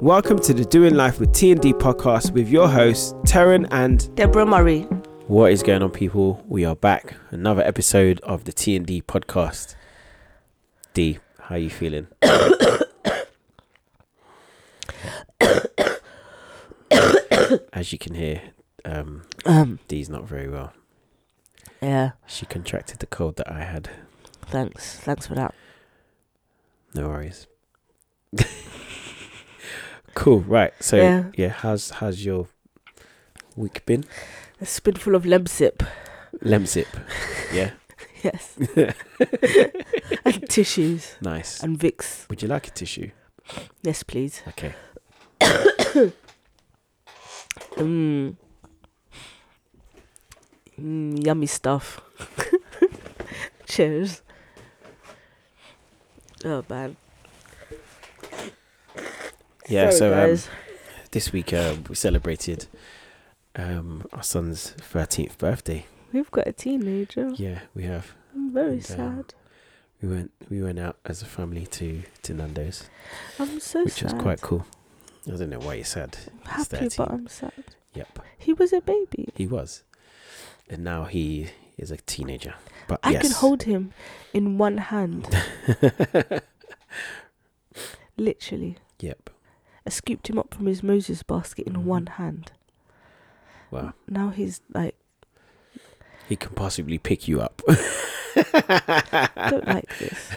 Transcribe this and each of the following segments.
Welcome to the Doing Life with T and D podcast with your hosts, Taryn and Deborah Murray. What is going on, people? We are back. Another episode of the T and D podcast. D, how you feeling? As you can hear, um, Um, D's not very well. yeah, She contracted the cold that I had. thanks. Thanks for that. No worries. cool. Right. So yeah. Yeah. how's how's your week been? A spoonful of lemsip. Lemsip. Yeah. Yes. and tissues Nice. and Vicks. Would you like a tissue? Yes, please. Okay. Mm. Mm, yummy stuff. Cheers. Oh man. Yeah. Sorry, so um, guys. this week uh, we celebrated um, our son's thirteenth birthday. we've got a teenager. Yeah, we have. I'm very and, uh, sad. We went. We went out as a family to to Nando's, I'm so which sad. was quite cool. I don't know why you said. happy, 13. but I'm sad. Yep. He was a baby. He was, and now he is a teenager. But I yes. can hold him in one hand, literally. yep. I scooped him up from his Moses basket in Mhm. one hand. Wow. Now he's like, He can possibly pick you up. don't like this.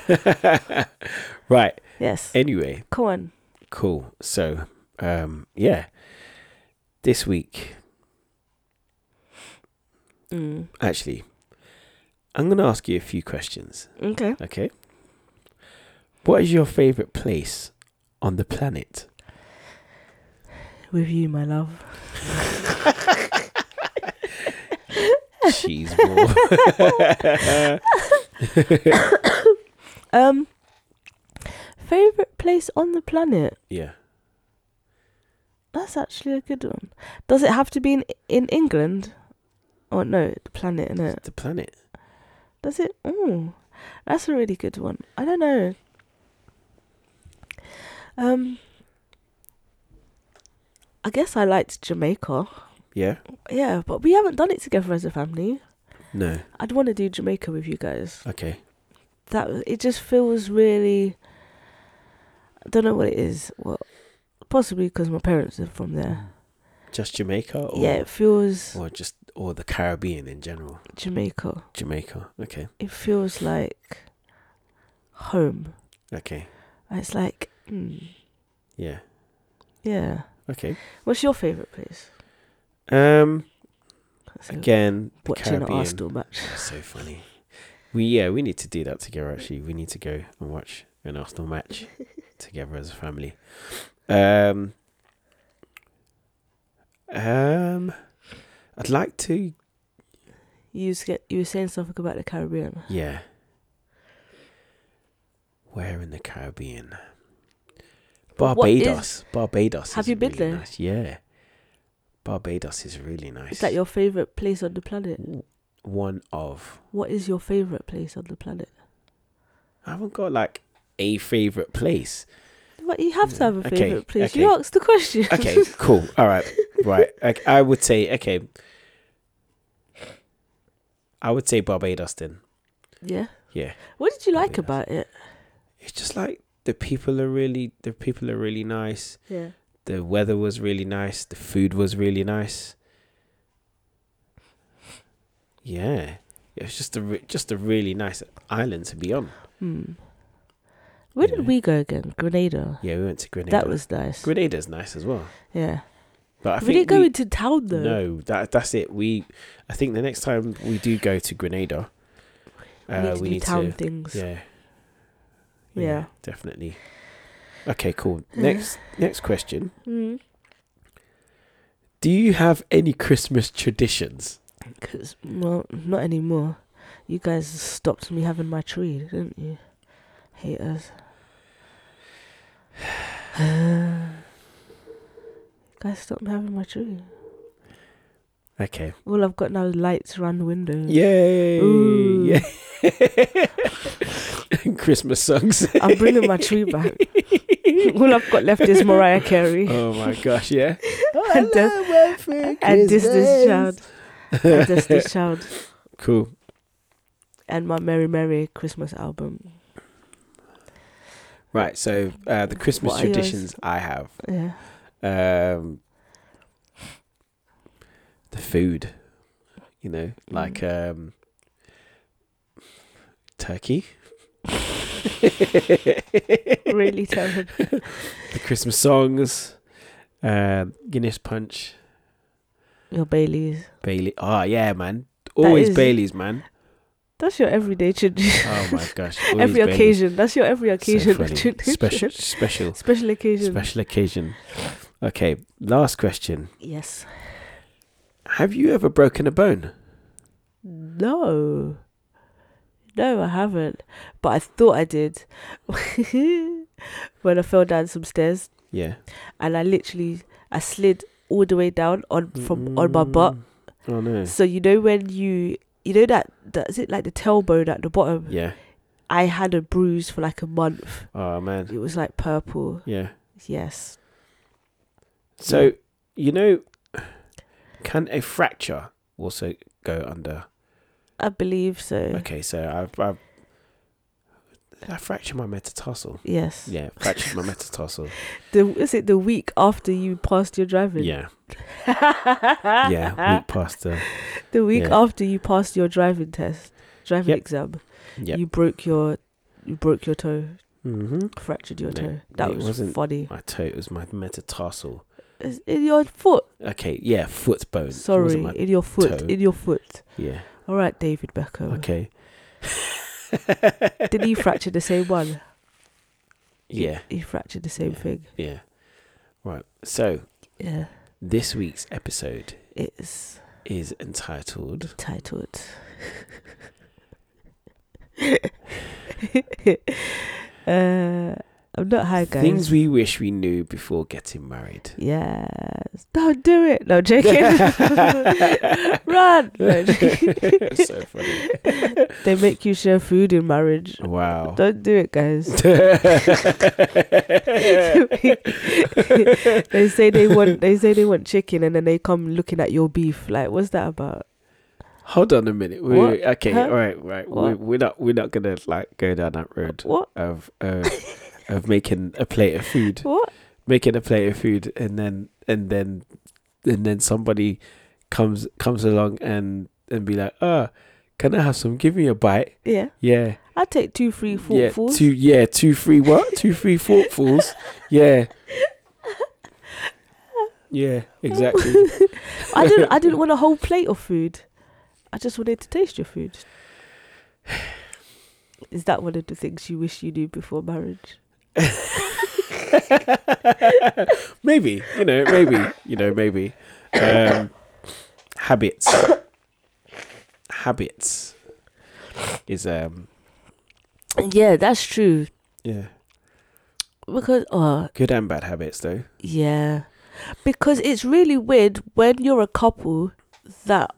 right. Yes. Anyway, Go on. cool. So, um, yeah, this week Mm. actually, I'm gonna ask you a few questions. Okay. Okay. What is your favorite place on the planet? With you, my love. Cheese ball. Um, favorite place on the planet. yeah. That's actually a good one. Does it have to be in in England? Oh no, the planet in it. The planet. Does it? Oh, that's a really good one. I don't know. Um, I guess I liked Jamaica. Yeah. Yeah, but we haven't done it together as a family. No. I'd want to do Jamaica with you guys. Okay. That it just feels really. I don't know what it is. Well, possibly because my parents are from there. Just Jamaica, or yeah, it feels or just or the Caribbean in general. Jamaica. Jamaica. Okay. It feels like home. Okay. It's like, mm, Yeah. yeah. Okay. What's your favourite place? Um. So, Again, the watching an Caribbean. Arsenal match. So funny. We yeah we need to do that together. Actually, we need to go and watch an Arsenal match together as a family. Um. Um. I'd like to. You, was get, you were saying something about the Caribbean. Yeah. Where in the Caribbean? What is- Barbados. Barbados. Have is you been really there? Nice. Yeah. Barbados is really nice. Is that your favourite place on the planet? one of? What is your favourite place on the planet? I haven't got like a favorite place. But you have to have a Okay, favourite place. You okay. asked the question. Okay, cool. All right, right. Like, I would say okay. I would say Barbados then. yeah. Yeah, What did you like Probably about it? it's just like the people are really the people are really nice. Yeah. The weather was really nice. The food was really nice. Yeah, it was just a re- just a really nice island to be on. Hmm. Where did Yeah. we go again? Grenada. Yeah, we went to Grenada. That was nice. Grenada's nice as well. yeah. But I we think didn't go into town though. No, that that's it. We, I think the next time we do go to Grenada, We need uh, to we do need town to, things. yeah, Yeah. definitely. Okay, cool. Next next question: Mm. Do you have any Christmas traditions? Cause well, not anymore. You guys stopped me having my tree, didn't you? Haters. guys stopped me having my tree. Okay. All I've got now is lights around the windows. Yay! Mm. Ooh. Yeah. Christmas songs. I'm bringing my tree back. All I've got left is Mariah Carey Oh my gosh, yeah. Oh, And the- and this this child, and this this child, Cool. and my Merry Merry Christmas album. Right, so uh, the Christmas What are yours? traditions I have. Yeah, Um, the food, you Mm. know, like um, turkey. the really terrible. Christmas songs, uh, Guinness Punch, Your Baileys. Bailey. Oh, yeah, man. Always is- Bailey's, man. That's your everyday tradition. Oh, my gosh. always every Baileys. occasion. That's your every So occasion. funny. tradition. Special, special, Special occasion. special occasion. Okay, last question. Yes. Have you ever broken a bone? No. No, I haven't. But I thought I did when I fell down some stairs, Yeah. and I literally I slid all the way down on from on my butt. Mm. Oh no. So you know when you you know that that is it like the tailbone at the bottom. Yeah. I had a bruise for like a month. Oh man. It was like purple. Yeah. Yes. So you know, can a fracture also go under? I believe so. Okay, so I've, I've I fractured my metatarsal. Yes. Yeah, fractured my metatarsal. The is it the week after you passed your driving? Yeah, yeah, yeah. week past the. the week yeah. after you passed your driving test, driving Yep. exam, Yep. you broke your you broke your toe, Mm-hmm. fractured your No, toe. That it was wasn't- funny. My toe. It was my metatarsal. It's in your foot. Okay, yeah, foot bone. It wasn't Sorry, my- in your foot. toe. In your foot. yeah. All right, David Beckham. Okay. Did he fracture the same one? Yeah. He fractured the same Yeah. thing. Yeah. Right. So Yeah. this week's episode It's is entitled titled. uh, I'm not high, guys. Things We Wish We Knew Before Getting Married. Yes. Don't do it. No, joking. Run. No, joking. so funny. Oh. they make you share food in marriage. Wow. Don't do it, guys. they say they want they say they want chicken and then they come looking at your beef. Like, what's that about? Hold on a minute. Wait, What? wait, okay, Huh? all right, right. We're, What? we're not we're not gonna like go down that road What? of uh, of making a plate of food, What? making a plate of food, and then and then and then somebody comes comes along and and be like, oh, can I have some? Give me a bite. Yeah. Yeah. I take two, three, four yeah, fools. two, yeah, two, three, what? two, three thoughtfuls. Yeah, yeah, exactly. I didn't I didn't want a whole plate of food. I just wanted to taste your food. Is that one of the things you wish you knew before marriage? maybe you know, maybe you know, maybe um, habits. habits is um Yeah, that's true. yeah Because oh good and bad habits though. yeah. Because it's really weird when you're a couple that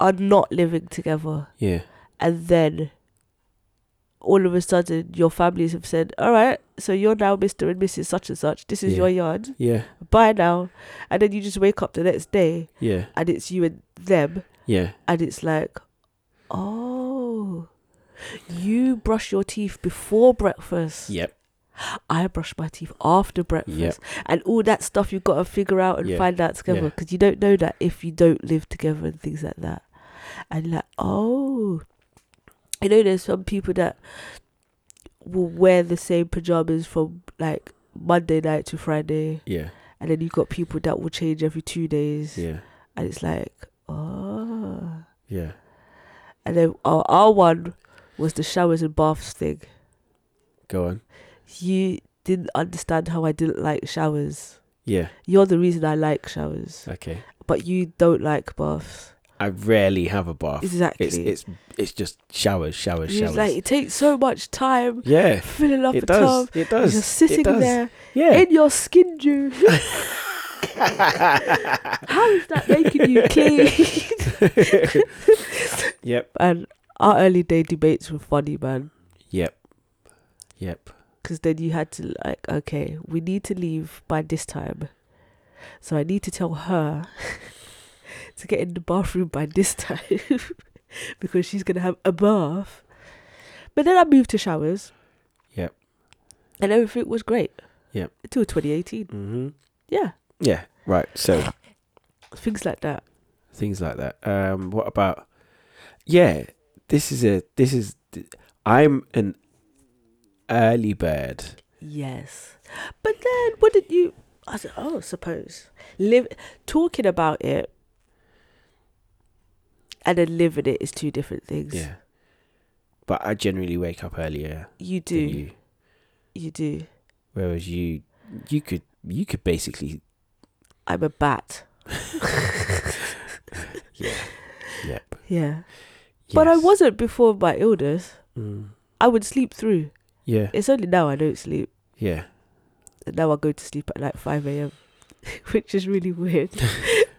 are not living together Yeah, and then all of a sudden your families have said, All right, so you're now Mr. and Mrs. such and such, this is Yeah. your yard, yeah, bye now. And then you just wake up the next day yeah, and it's you and them yeah, and it's like, Oh, you brush your teeth before breakfast. yep, I brush my teeth after breakfast and all that stuff you've got to figure out and Yeah. find out together Yeah. because you don't know that if you don't live together and things like that. And like, oh, you know, there's some people that will wear the same pajamas from like Monday night to Friday, yeah, and then you've got people that will change every two days, yeah, and it's like, oh. yeah. And then our, our one was the showers and baths thing. Go on. You didn't understand how I didn't like showers. Yeah. You're the reason I like showers, Okay. but you don't like baths. I rarely have a bath. Exactly. Oh, It's it's it's just showers, showers, It's showers. like it takes so much time yeah, filling up a it does. tub. It does. You're sitting it does. there Yeah. in your skin juice. How is that making you clean? yep. and Our early day debates were funny, man. Yep. Yep. because then you had to like okay we need to leave by this time so i need to tell her to get in the bathroom by this time because she's gonna have a bath but then i moved to showers Yep. and everything was great Yep. until 2018 Mm-hmm. yeah Yeah. Right. So things like that things like that. Um, what about? Yeah, this is a this is. I'm an early bird. yes but then what did you i said oh suppose live talking about it and then living it is two different things Yeah, but I generally wake up earlier you do than you. You do. Whereas you, you could you could basically I'm a bat. yeah, yep. Yeah. But I yes. wasn't before my illness. Mm. I would sleep through. Yeah, It's only now I don't sleep. yeah. And now I go to sleep at like 5 a.m., which is really weird.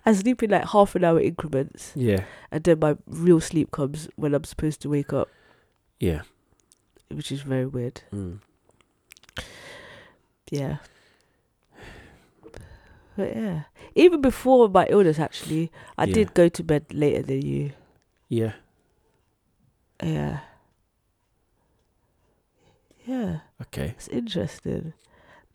I sleep in like half an hour increments. Yeah, And then my real sleep comes when I'm supposed to wake up, yeah. which is very weird. Mm. Yeah. But yeah. Even before my illness, actually, I Yeah. did go to bed later than you. Yeah, Yeah. Yeah. okay. It's interesting.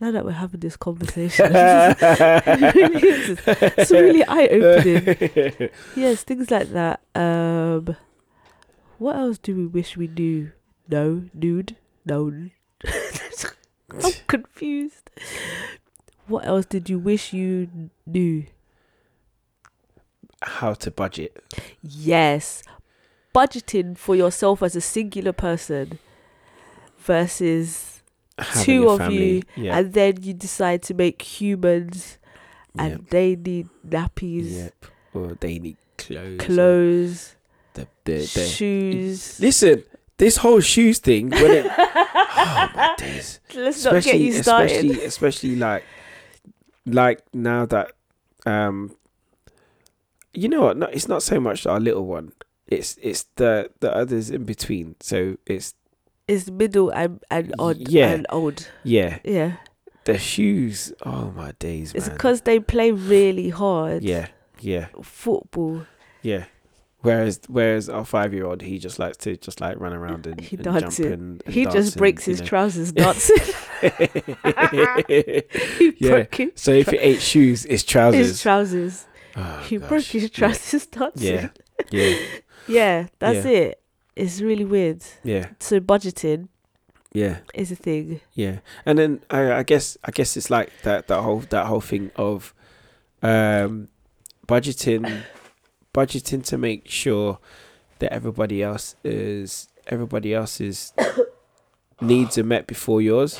Now that we're having this conversation, it really really is. It's really eye opening. yes, things like that. Um, what else do we wish we knew? No, nude, no. I'm confused. What else did you wish you knew? How to budget? Yes, budgeting for yourself as a singular person versus Having Two a of you Yeah. and then you decide to make humans and yep. they need nappies Yep. Or they need clothes. or clothes The, the, the. shoes Listen, this whole shoes thing. When it, oh my days. let's not get you started Especially, especially like, like now that, um, you know what? No, it's not so much our little one. It's it's the the others in between. So it's it's middle and, and odd Yeah. and old yeah, yeah the shoes. Oh my days, it's man. because they play really hard yeah, yeah. football Yeah. Whereas whereas our five year old he just likes to just like run around and, He and dances. jump and, and he dance just and, breaks you his know. trousers nuts he Yeah. broke his, so if it ain't shoes, it's his trousers. trousers Oh, he gosh. broke his trousers nuts Yeah. Yeah. yeah that's Yeah. it it's really weird Yeah. so budgeting Yeah. is a thing. Yeah. And then uh, I, I guess I guess it's like that that whole that whole thing of um budgeting budgeting to make sure that everybody else is everybody else's needs are met before yours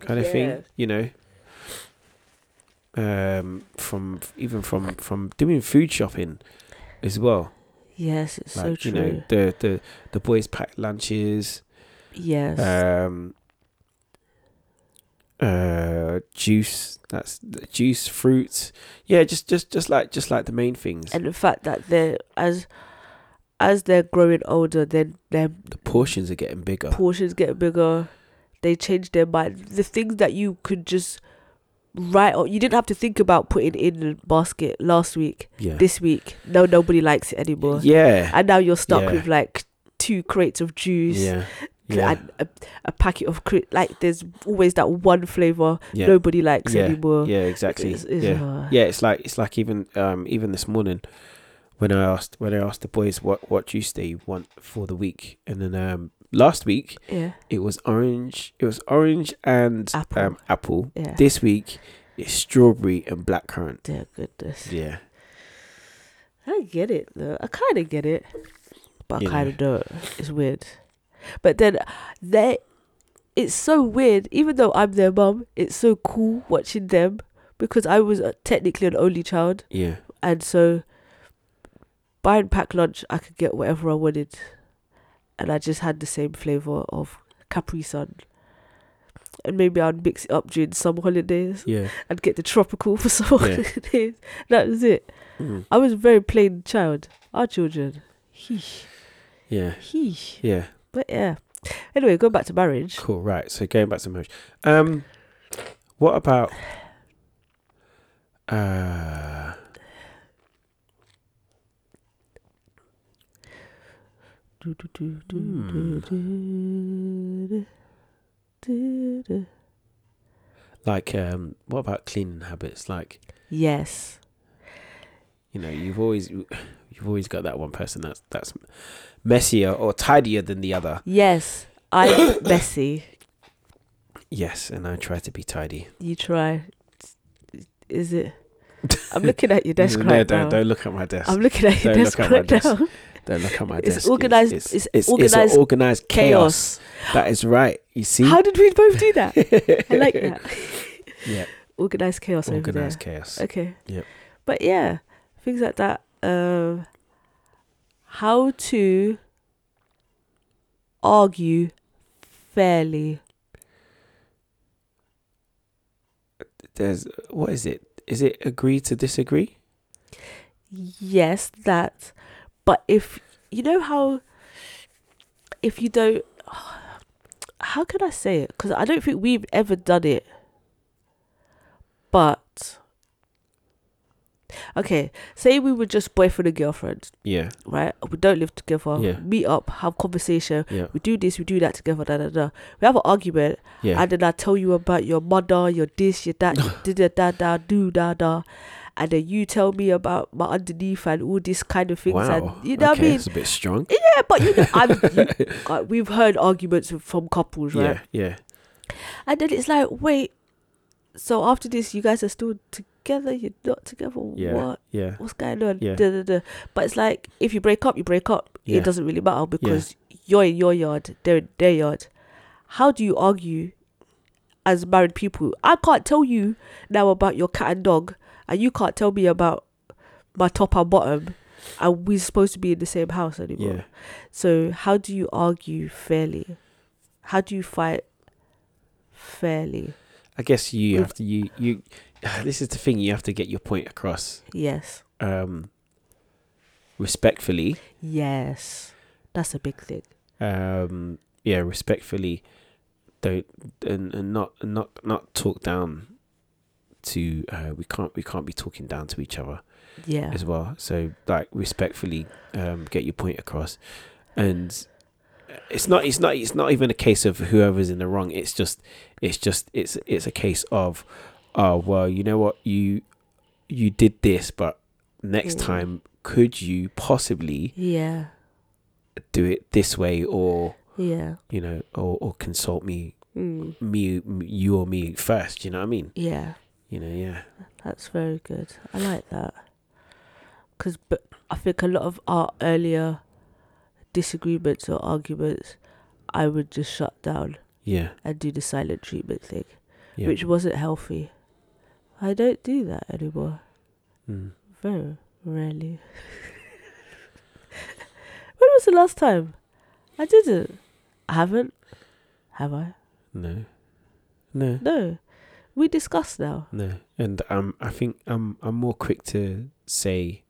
kind of Yeah. thing, you know. Um from even from from doing food shopping as well. Yes, it's so Like true. you know, the the the boys pack lunches yes. um uh juice that's the juice fruits yeah just just just like just like the main things and the fact that they're as as they're growing older, then their the portions are getting bigger portions get bigger. They change their mind. The things that you could just write or you didn't have to think about putting in the basket last week, yeah this week. No, nobody likes it anymore. yeah And now you're stuck Yeah. with like two crates of juice yeah yeah and a, a packet of crit. Like there's always that one flavor yeah nobody likes Yeah. anymore. yeah exactly It's- it's, yeah uh, yeah it's like it's like even um even this morning when i asked when i asked the boys what what juice they want for the week and then um last week Yeah, it was orange it was orange and Apple. um apple yeah. this week it's strawberry and blackcurrant Dear goodness. Yeah, I get it though. I kind of get it, but Yeah. I kind of don't. It's weird. But then they, it's so weird. Even though I'm their mum, it's so cool watching them because I was uh, technically an only child, yeah, and so buy and pack lunch, I could get whatever I wanted, and I just had the same flavor of Capri Sun. And maybe I'd mix it up during some holidays. yeah. I'd get the tropical for some Yeah. holidays. Mm, That was it. I was a very plain child. Our children. Heesh. Yeah. Heesh. Yeah. But yeah. Anyway, going back to marriage. Cool. Right. So going back to marriage. Um, what about? Uh, Do, do, do, do, Hmm. do, do, do, do. like, um, what about cleaning habits? Like, Yes. you know, you've always, you've always got that one person that's that's messier or tidier than the other. Yes. I'm messy. Yes, and I try to be tidy. You try. Is it? I'm looking at your desk no, right don't, now. don't look at my desk. I'm looking at your Don't desk look at my right desk. now. don't look at my It's desk. organised- It's, it's it's, organised an organized chaos. Chaos. That is right. You see. How did we both do that? I like that. Yeah. Organized chaos over there. Organized chaos. Okay. Yep. But yeah, things like that. Um, how to argue fairly? There's what is it? Is it agree to disagree? Yes, that. But if you know how, if you don't, how can I say it? Because I don't think we've ever done it. But okay, say we were just boyfriend and girlfriend, Yeah. right? We don't live together. Yeah. Meet up, have conversation. Yeah. we do this, we do that together, da da da. We have an argument, Yeah. and then I tell you about your mother, your this, your that, your da da da da, do da da, and then you tell me about my underneath and all these kind of things, wow. and you know okay, what I mean? It's a bit strong. Yeah, but you know, I'm, you, uh, we've heard arguments from couples, right? Yeah. Yeah. And then it's like, wait, so after this, you guys are still together? You're not together? Yeah. What? Yeah. What's going on? Yeah. Da, da, da. But it's like if you break up, you break up. Yeah. It doesn't really matter because you're in your yard, they're in their yard. How do you argue as married people? I can't tell you now about your cat and dog, and you can't tell me about my top and bottom, and we're supposed to be in the same house anymore. Yeah. So how do you argue fairly? How do you fight fairly? I guess you We've- have to. You you. This is the thing. You have to get your point across. Yes. Um. Respectfully. Yes. That's a big thing. Um. Yeah. Respectfully. Don't and, and not and not not talk down. To uh, we can't we can't be talking down to each other. Yeah. as well. So like respectfully um, get your point across, and uh, it's not it's not it's not even a case of whoever's in the wrong. It's just it's just it's it's a case of oh well you know what you you did this, but next Mm. time could you possibly Yeah. do it this way or Yeah. you know or, or consult me Mm. me you or me first you know what i mean Yeah. you know yeah That's very good. I like that. Because but I think a lot of our earlier disagreements or arguments, I would just shut down yeah and do the silent treatment thing, yeah which wasn't healthy. I don't do that anymore. Mm. Very rarely. when was the last time? I didn't. I haven't. Have I? no no No. We discuss now. No, and um, I think I'm I'm more quick to say,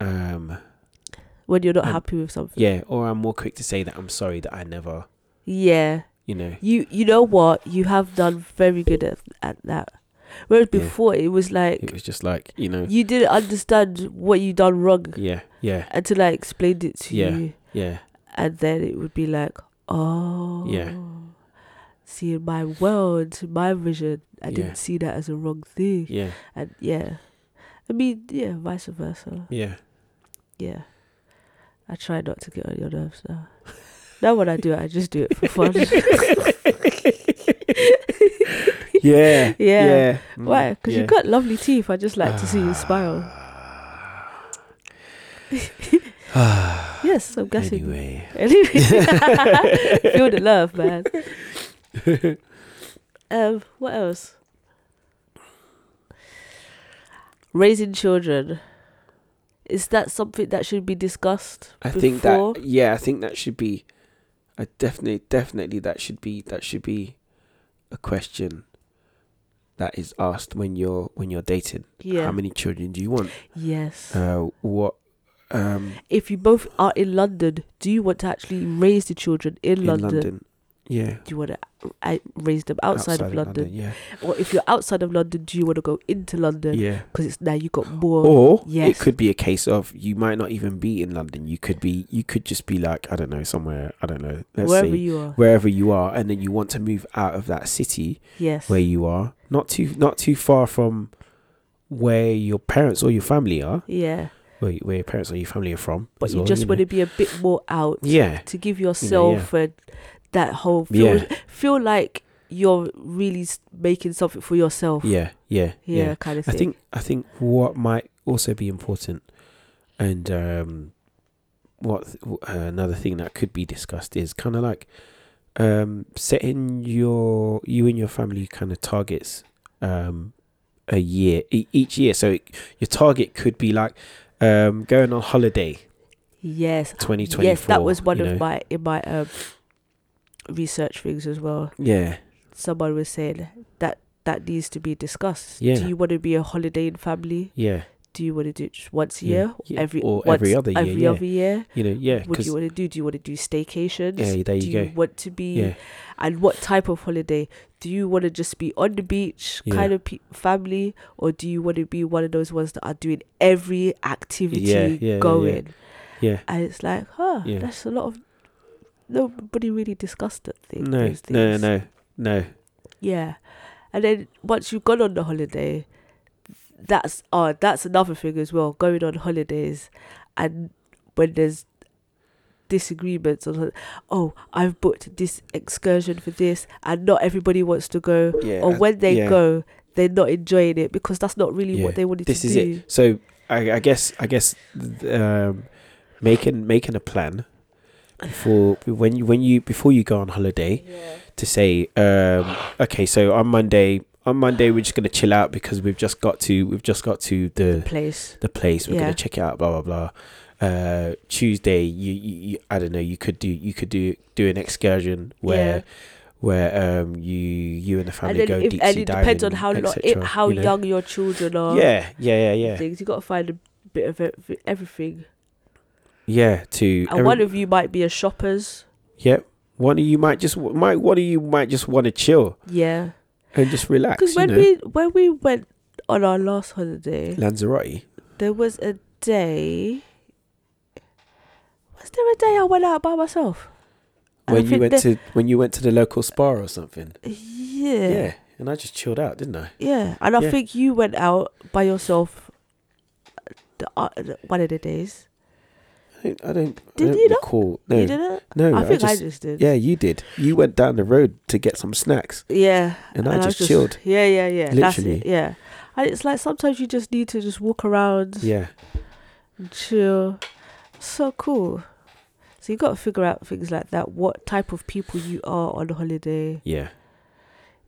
um, When you're not Um, happy with something. yeah, or I'm more quick to say that I'm sorry that I never, Yeah. you know, You you know what? You have done very good at, at that. Whereas Yeah. before it was it like was just like you know, you didn't understand what you done wrong yeah, yeah, until I explained it to Yeah. you. yeah, And then it would be like, Oh See in my world, my vision, I Yeah. didn't see that as a wrong thing. yeah, And yeah. I mean, yeah, vice versa. yeah. Yeah. I try not to get on your nerves now. now when I do it, I just do it for fun. yeah, Yeah. yeah. Mm, Why? Because yeah. Ah. you've got lovely teeth. I just like to see you smile. Yes, I'm guessing. Anyway, Anyway. Feel the love, man. Um, what else? Raising children. Is that something that should be discussed? I before? think that yeah, I think that should be, I definitely definitely that should be that should be, a question. That is asked when you're when you're dating. Yeah. How many children do you want? yes. Uh, what um, If you both are in London, do you want to actually raise the children in, in London? London. Yeah. Do you want to uh, raise them outside, of London? Yeah. Or if you're outside of London, do you want to go into London? Yeah. Because it's now you Oh, got more. Or yes. it could be a case of you might not even be in London. You could be you could just be like, I don't know, somewhere, I don't know, let's wherever say you are. wherever you are and then you want to move out of that city yes. where you are. Not too not too far from where your parents or your family are. yeah. Where, where your parents or your family are from. But as you well, just know. want to be a bit more out Yeah. to give yourself and that whole feel, Yeah. feel like you're really s- making something for yourself. Yeah. Yeah. Yeah, Yeah. kind of I thing. think I think what might also be important, and um, what th- w- uh, another thing that could be discussed is kind of like um, setting your you and your family kind of targets um, a year e- each year. So it, your target could be like um, going on holiday yes. twenty twenty four. Yes, that was one of my in my um, research things as well. yeah Someone was saying that that needs to be discussed. Yeah. Do you want to be a holiday in family? yeah Do you want to do it just once a Yeah, year? yeah, Every or once- every other year, Every yeah. other year. you know yeah What do you because want to do? Do you want to do staycations? yeah there do you you go want to be yeah and what type of holiday do you want to just be on the beach Yeah. kind of pe- family or do you want to be one of those ones that are doing every activity Yeah, yeah, yeah, going yeah. and it's like huh Yeah. that's a lot of nobody really discussed that thing No, those no, things. no, no. yeah and then once you've gone on the holiday that's uh that's another thing as well going on holidays and when there's disagreements on oh i've booked this excursion for this and not everybody wants to go Yeah. or when they yeah. go, they're not enjoying it because that's not really Yeah, what they wanted this to is do. it. So I, I guess I guess th- um, making making a plan for when you when you before you go on holiday to say um, okay, so on Monday on Monday we're just gonna chill out because we've just got to we've just got to the Place. the place. We're Yeah. gonna check it out. Blah blah blah. Uh, Tuesday, you, you, you I don't know. You could do you could do do an excursion where Yeah. where um you you and the And family then go if, deep and sea it depends on diving, how lo- etc., it, how you know? young your children are. Yeah, yeah, yeah, yeah, Things you got to find a bit of ev- everything. yeah. To And every- one of you might be a shoppers. Yep. One of you might just might one of you might just want to chill Yeah. and just relax. Because you when know? we when we went on our last holiday, Lanzarote. there was a day. Was there a day I went out by myself? And I When you think went that- to when you went to the local spa or something. Yeah. yeah, And I just chilled out, didn't I? Yeah, and I Yeah. think you went out by yourself the, uh, the- one of the days. I don't I don't, Did I don't you not? recall. No. You didn't? No, I think I just, just, did. Yeah, you did. You went down the road to get some snacks Yeah. and, I was just chilled. Yeah, yeah, yeah. That's Literally. it. Yeah. And it's like sometimes you just need to just walk around Yeah. and chill. So cool. So you got to figure out things like that. What type of people you are on holiday, Yeah.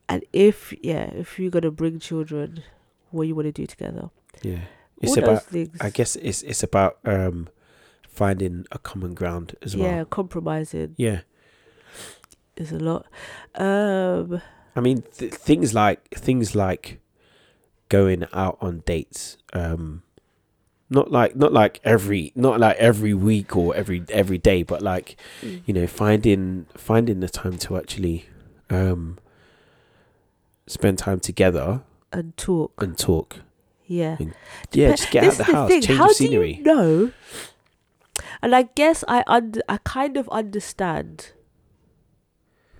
and if yeah, if you're gonna bring children, what you want to do together. Yeah. It's All about those things. I guess it's it's about um finding a common ground as well. Yeah, compromising yeah. is a lot. Um. I mean, th- things like things like going out on dates. Um, not like not like every not like every week or every every day, but like Mm. you know, finding finding the time to actually um, spend time together and talk. and talk. Yeah. And Yeah, just get This out the is the house, thing, change how the do you scenery. No. And I guess I und- I kind of understand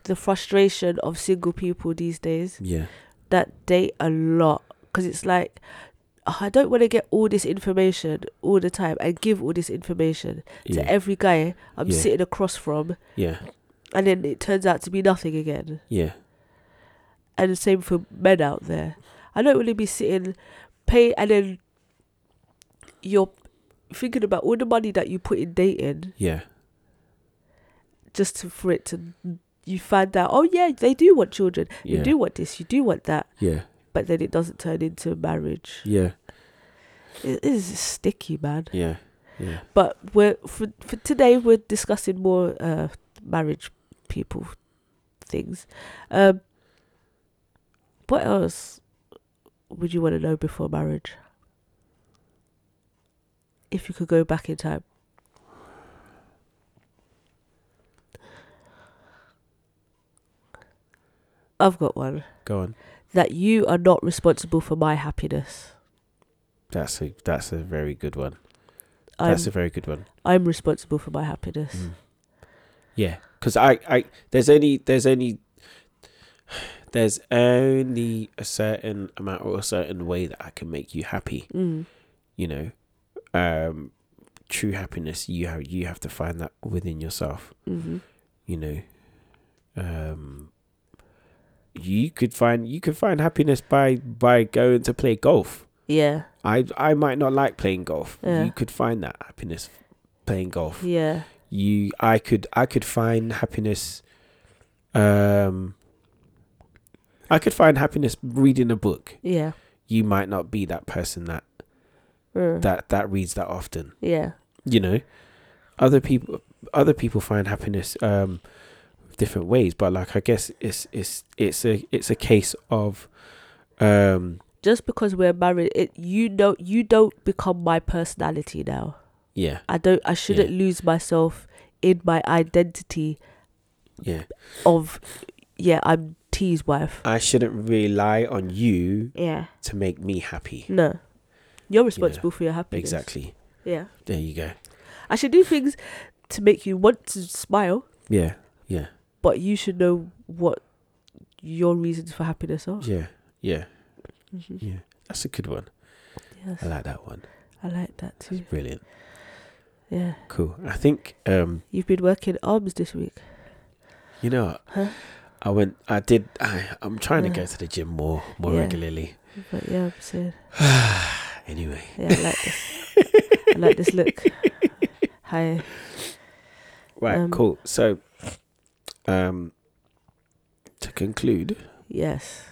the frustration of single people these days Yeah, that date a lot because it's like "Oh, I don't want to get all this information all the time and give all this information yeah, to every guy I'm Yeah. sitting across from, yeah, and then it turns out to be nothing again yeah, and the same for men out there. I don't really be sitting pay and then you're thinking about all the money that you put in dating yeah, just to, for it to you find out oh yeah they do want children Yeah. you do want this you do want that yeah, but then it doesn't turn into marriage yeah, it is sticky man yeah, yeah. but we're for, for today we're discussing more uh marriage people things um what else would you want to know before marriage if you could go back in time? I've got one. Go on. That you are not responsible for my happiness. That's a that's a very good one. I'm, That's a very good one. I'm responsible for my happiness. Mm. Yeah, because I, I, there's only, there's only, there's only a certain amount or a certain way that I can make you happy. Mm. You know, um, true happiness you have you have to find that within yourself. hmm You know, um, you could find you could find happiness by by going to play golf. Yeah, I I might not like playing golf. Yeah. You could find that happiness playing golf yeah, you i could i could find happiness um i could find happiness reading a book yeah, you might not be that person that mm, that that reads that often yeah, you know other people other people find happiness um different ways but like i guess it's it's it's a it's a case of um just because we're married it you know you don't become my personality now yeah i don't i shouldn't lose myself in my identity yeah of yeah i'm t's wife i shouldn't rely on you yeah to make me happy no you're responsible for your happiness exactly yeah there you go i should do things to make you want to smile yeah yeah but you should know what your reasons for happiness are yeah yeah Mhm. Yeah, Uh, that's a good one. yes I like that one. i like that That's too brilliant. yeah Cool. I think um, you've been working arms this week you know, Huh? I went. I did. I I'm trying to Yeah. go to the gym more more Yeah. regularly. but yeah i'm saying Anyway, Yeah, I like this. I like this look. Hi. right. Um, cool. So, um, to conclude, Yes.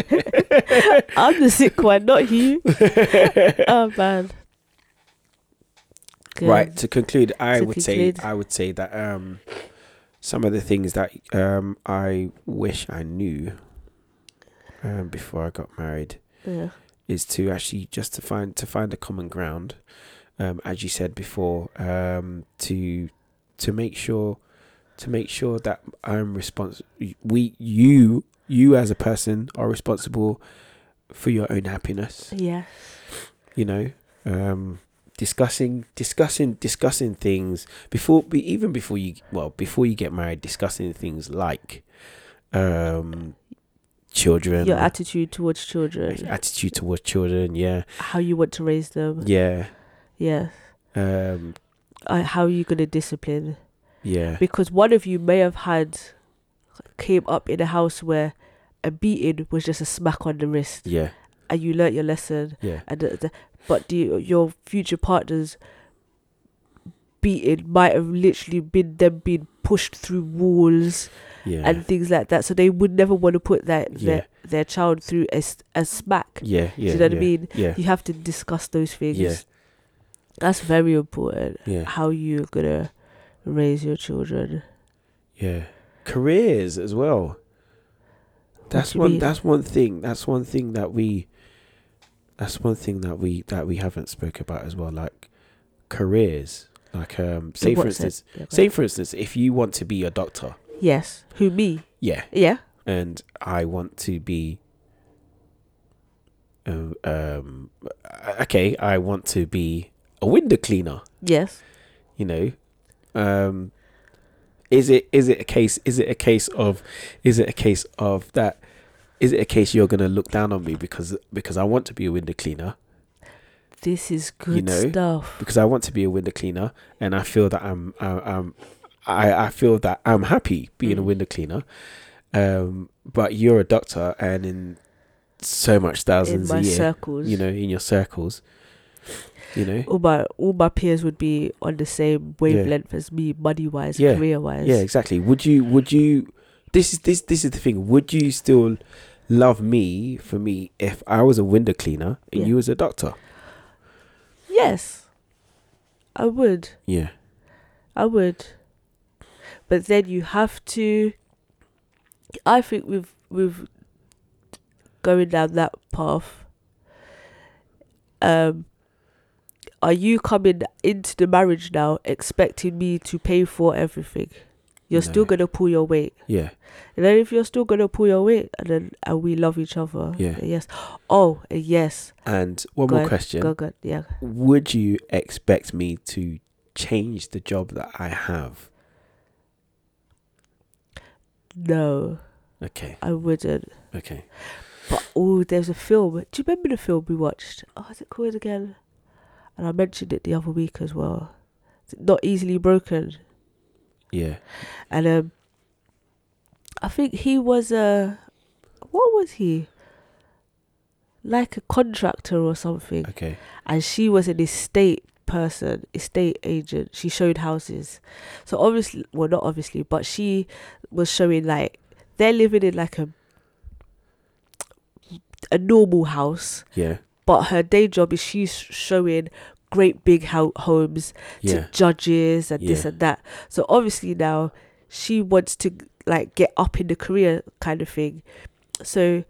I'm the sick one, not you. oh man. Good. right. To conclude, I To would conclude. say I would say that um, some of the things that um I wish I knew um before I got married Yeah. is to actually just to find to find a common ground um as you said before um to to make sure to make sure that I'm responsible we you you as a person are responsible for your own happiness Yeah. you know um discussing discussing discussing things before be- even before you well before you get married discussing things like um children Your attitude towards children, attitude towards children yeah how you want to raise them. yeah Yeah. Um, Uh, how are you going to discipline? yeah, Because one of you may have had came up in a house where a beating was just a smack on the wrist yeah, and you learnt your lesson yeah, and uh, the, the, but the, your future partner's beating might have literally been them being pushed through walls yeah, and things like that. So they would never want to put that Yeah. their their child through a, s- a smack. yeah, yeah. you know what I yeah, mean? Yeah, You have to discuss those things. Yeah. That's very important. yeah, How you're gonna raise your children. yeah. Careers as well. That's do you one. mean? That's one thing. That's one thing that we. That's one thing that we that we haven't spoke about as well, like careers. Like, um, say In for what sense? instance, Yeah, go say for instance, if you want to be a doctor, ahead. yes. Who me? yeah, Yeah. and I want to be. Uh, um, okay, I want to be a window cleaner. Yes. you know um is it is it a case is it a case of is it a case of that is it a case you're gonna look down on me because because I want to be a window cleaner This is good know, stuff. because I want to be a window cleaner and I feel that I'm I, I'm I, I feel that I'm happy being a Mm. window cleaner um but you're a doctor and in so much In thousands my a year circles. you know in your circles you know all my all my peers would be on the same wavelength as me, money wise, Yeah. career wise. Yeah, exactly. Would you? Would you? This is this this is the thing. Would you still love me for me if I was a window cleaner and Yeah. you was a doctor? Yes, I would. Yeah, I would. But then you have to. I think we've we've going down that path um are you coming into the marriage now expecting me to pay for everything? You're still No. gonna pull your weight. Yeah. And then if you're still gonna pull your weight and then and we love each other. Yeah. then Yes. Oh and yes. And one Go more ahead, question. Go good. Yeah. Would you expect me to change the job that I have? No, Okay. I wouldn't. Okay. But oh, there's a film. Do you remember the film we watched? Oh, is it called again? And I mentioned it the other week as well. Is it Not easily broken. Yeah. And um, I think he was a what was he? Like a contractor or something. Okay. And she was an estate person, estate agent. She showed houses. So obviously, well, not obviously, but she was showing like they're living in like a a normal house, Yeah. but her day job is she's showing great big ho- homes Yeah. to judges and this Yeah. and that. So obviously now she wants to like get up in the career kind of thing. So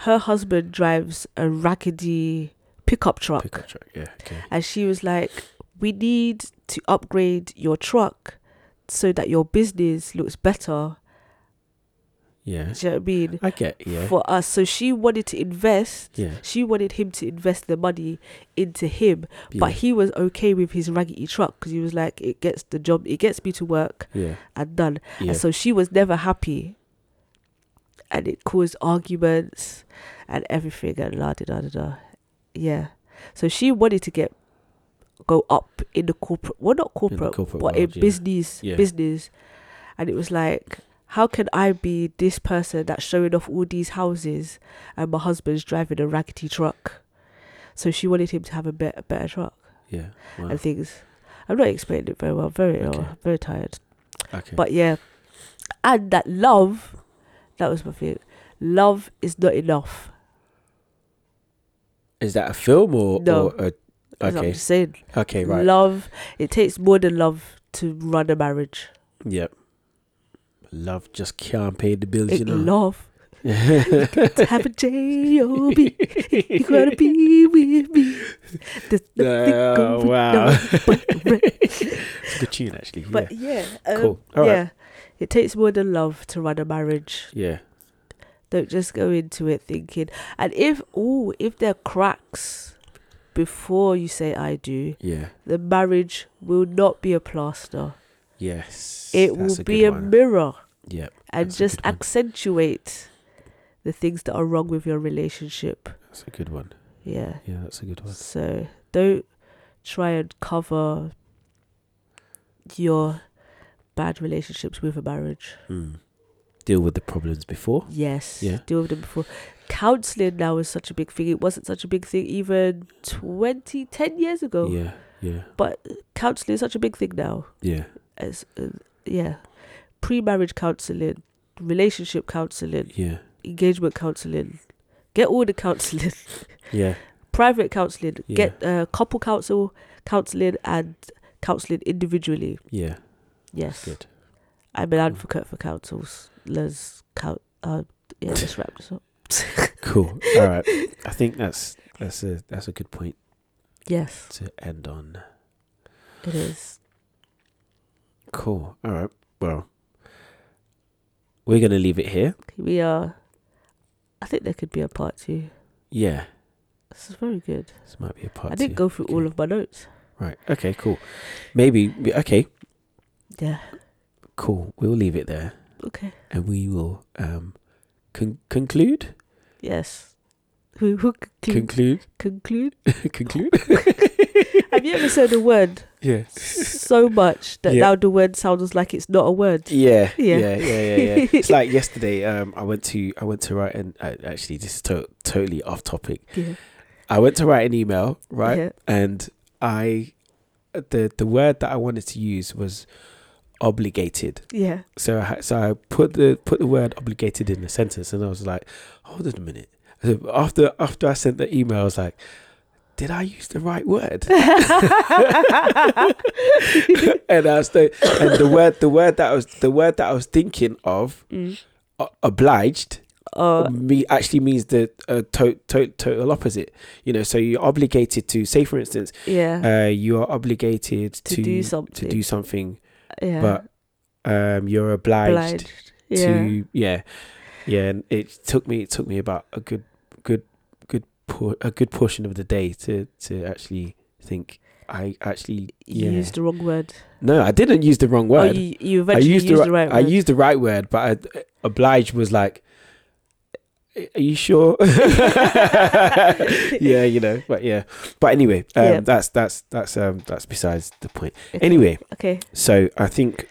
her husband drives a raggedy pickup truck Pick a track. Yeah. Okay. and she was like, "We need to upgrade your truck so that your business looks better." Yeah. Do you know what I mean? I get. Yeah. For us, so she wanted to invest. Yeah. She wanted him to invest the money into him, but yeah, he was okay with his raggedy truck because he was like, "It gets the job. It gets me to work yeah. and done. Yeah. And so she was never happy. And it caused arguments and everything and la da da da da. Yeah. So she wanted to get go up in the corporate well not corporate, corporate but world, in yeah. business Yeah. business. And it was like, how can I be this person that's showing off all these houses and my husband's driving a raggedy truck? So she wanted him to have a better, better truck Yeah. Wow. and things. I'm not explaining it very well. Very ill. Okay. Very tired. Okay. But yeah, and that love, that was my thing. Love is not enough. Is that a film or No. or a, That's what I'm okay? saying. Okay. Right. Love, it takes more than love to run a marriage. Yep. Love just can't pay the bills, you It know. love. Have a J-O-B. You gotta be with me. There's nothing Oh, going wow. on but rest. It's a good tune, actually. But yeah, um, Cool. All right. yeah. It takes more than love to run a marriage. yeah. Don't just go into it thinking. And if oh, if there are cracks before you say I do, Yeah. Yeah. the marriage will not be a plaster. Yes. that's It will a be good a one. mirror Yep. and That's a just good one. accentuate the things that are wrong with your relationship. That's a good one. Yeah. Yeah, that's a good one. So don't try and cover your bad relationships with a marriage. Mm. Deal with the problems before. Yes. Yeah. Deal with them before. Counseling now is such a big thing. It wasn't such a big thing even 20, 10 years ago. Yeah. Yeah. Counseling is such a big thing now. Yeah. As uh, yeah, pre-marriage counseling, relationship counseling, Yeah. engagement counseling. Get all the counseling, Yeah. private counseling, Yeah. get uh, couple counsel, counseling, and counseling individually. Yeah. Yes, Good. Mm. I'm an Cool. advocate for councils. Let's count. Uh, yeah, let's wrap this up. Cool. All right. I think that's that's a that's a good point Yes, to end on. it is. Cool. All right. Well, we're gonna leave it here. We are. I think there could be a part two. Yeah. This is very good. This might be a part. I didn't two. go through all okay. of my notes. Right. Okay. Cool. Maybe. we- Okay. Yeah. Cool. We'll leave it there, Okay. and we will um con- conclude. Yes. Who, who conclude? Conclude. conclude? conclude. Have you ever said a word Yeah. so much that Yeah. now the word sounds like it's not a word? Yeah, Yeah. yeah, yeah, yeah, yeah. it's like yesterday. Um, I went to I went to write and uh, actually this is to- totally off topic. Yeah. I went to write an email, right? Yeah. And I, the the word that I wanted to use was obligated. Yeah. So I ha- so I put the put the word obligated in the sentence, and I was like, hold on a minute. So after after I sent the email, I was like, did I use the right word? and I was the, and the word the word that I was the word that I was thinking of Mm. o- obliged uh, me actually means the uh, to- to- total opposite. You know, so you're obligated to say, for instance, yeah, uh, you are obligated to to, do to something. do something, yeah, but um, you're obliged, obliged. Yeah. to yeah, yeah. And it took me it took me about a good good good por- a good portion of the day to to actually think. I actually You yeah. used the wrong word. no, I didn't use the wrong Oh, word. you, you I eventually used, the, right, right I word. used the right word, but I, obliged was like, are you sure? yeah, you know, but yeah, but anyway, um, Yeah. that's that's that's um that's besides the point. Anyway, Okay. so I think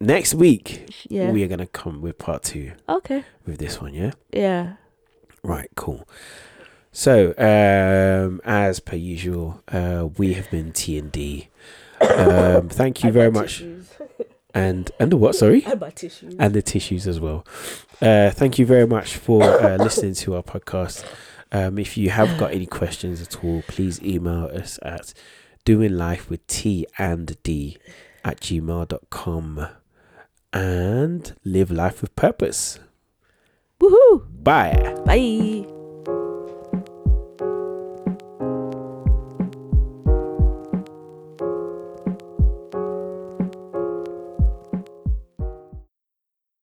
next week Yeah. we are gonna come with part two Okay. with this one. Yeah, Yeah. right, cool. So, um, as per usual, uh, we have been T and D. Um, thank you And very my much, tissues. and and the what? Sorry. And my tissues. and the tissues as well. Uh, thank you very much for uh, listening to our podcast. Um, if you have got any questions at all, please email us at doing life with T and D at gmail.com and live life with purpose. Woohoo! Bye. Bye.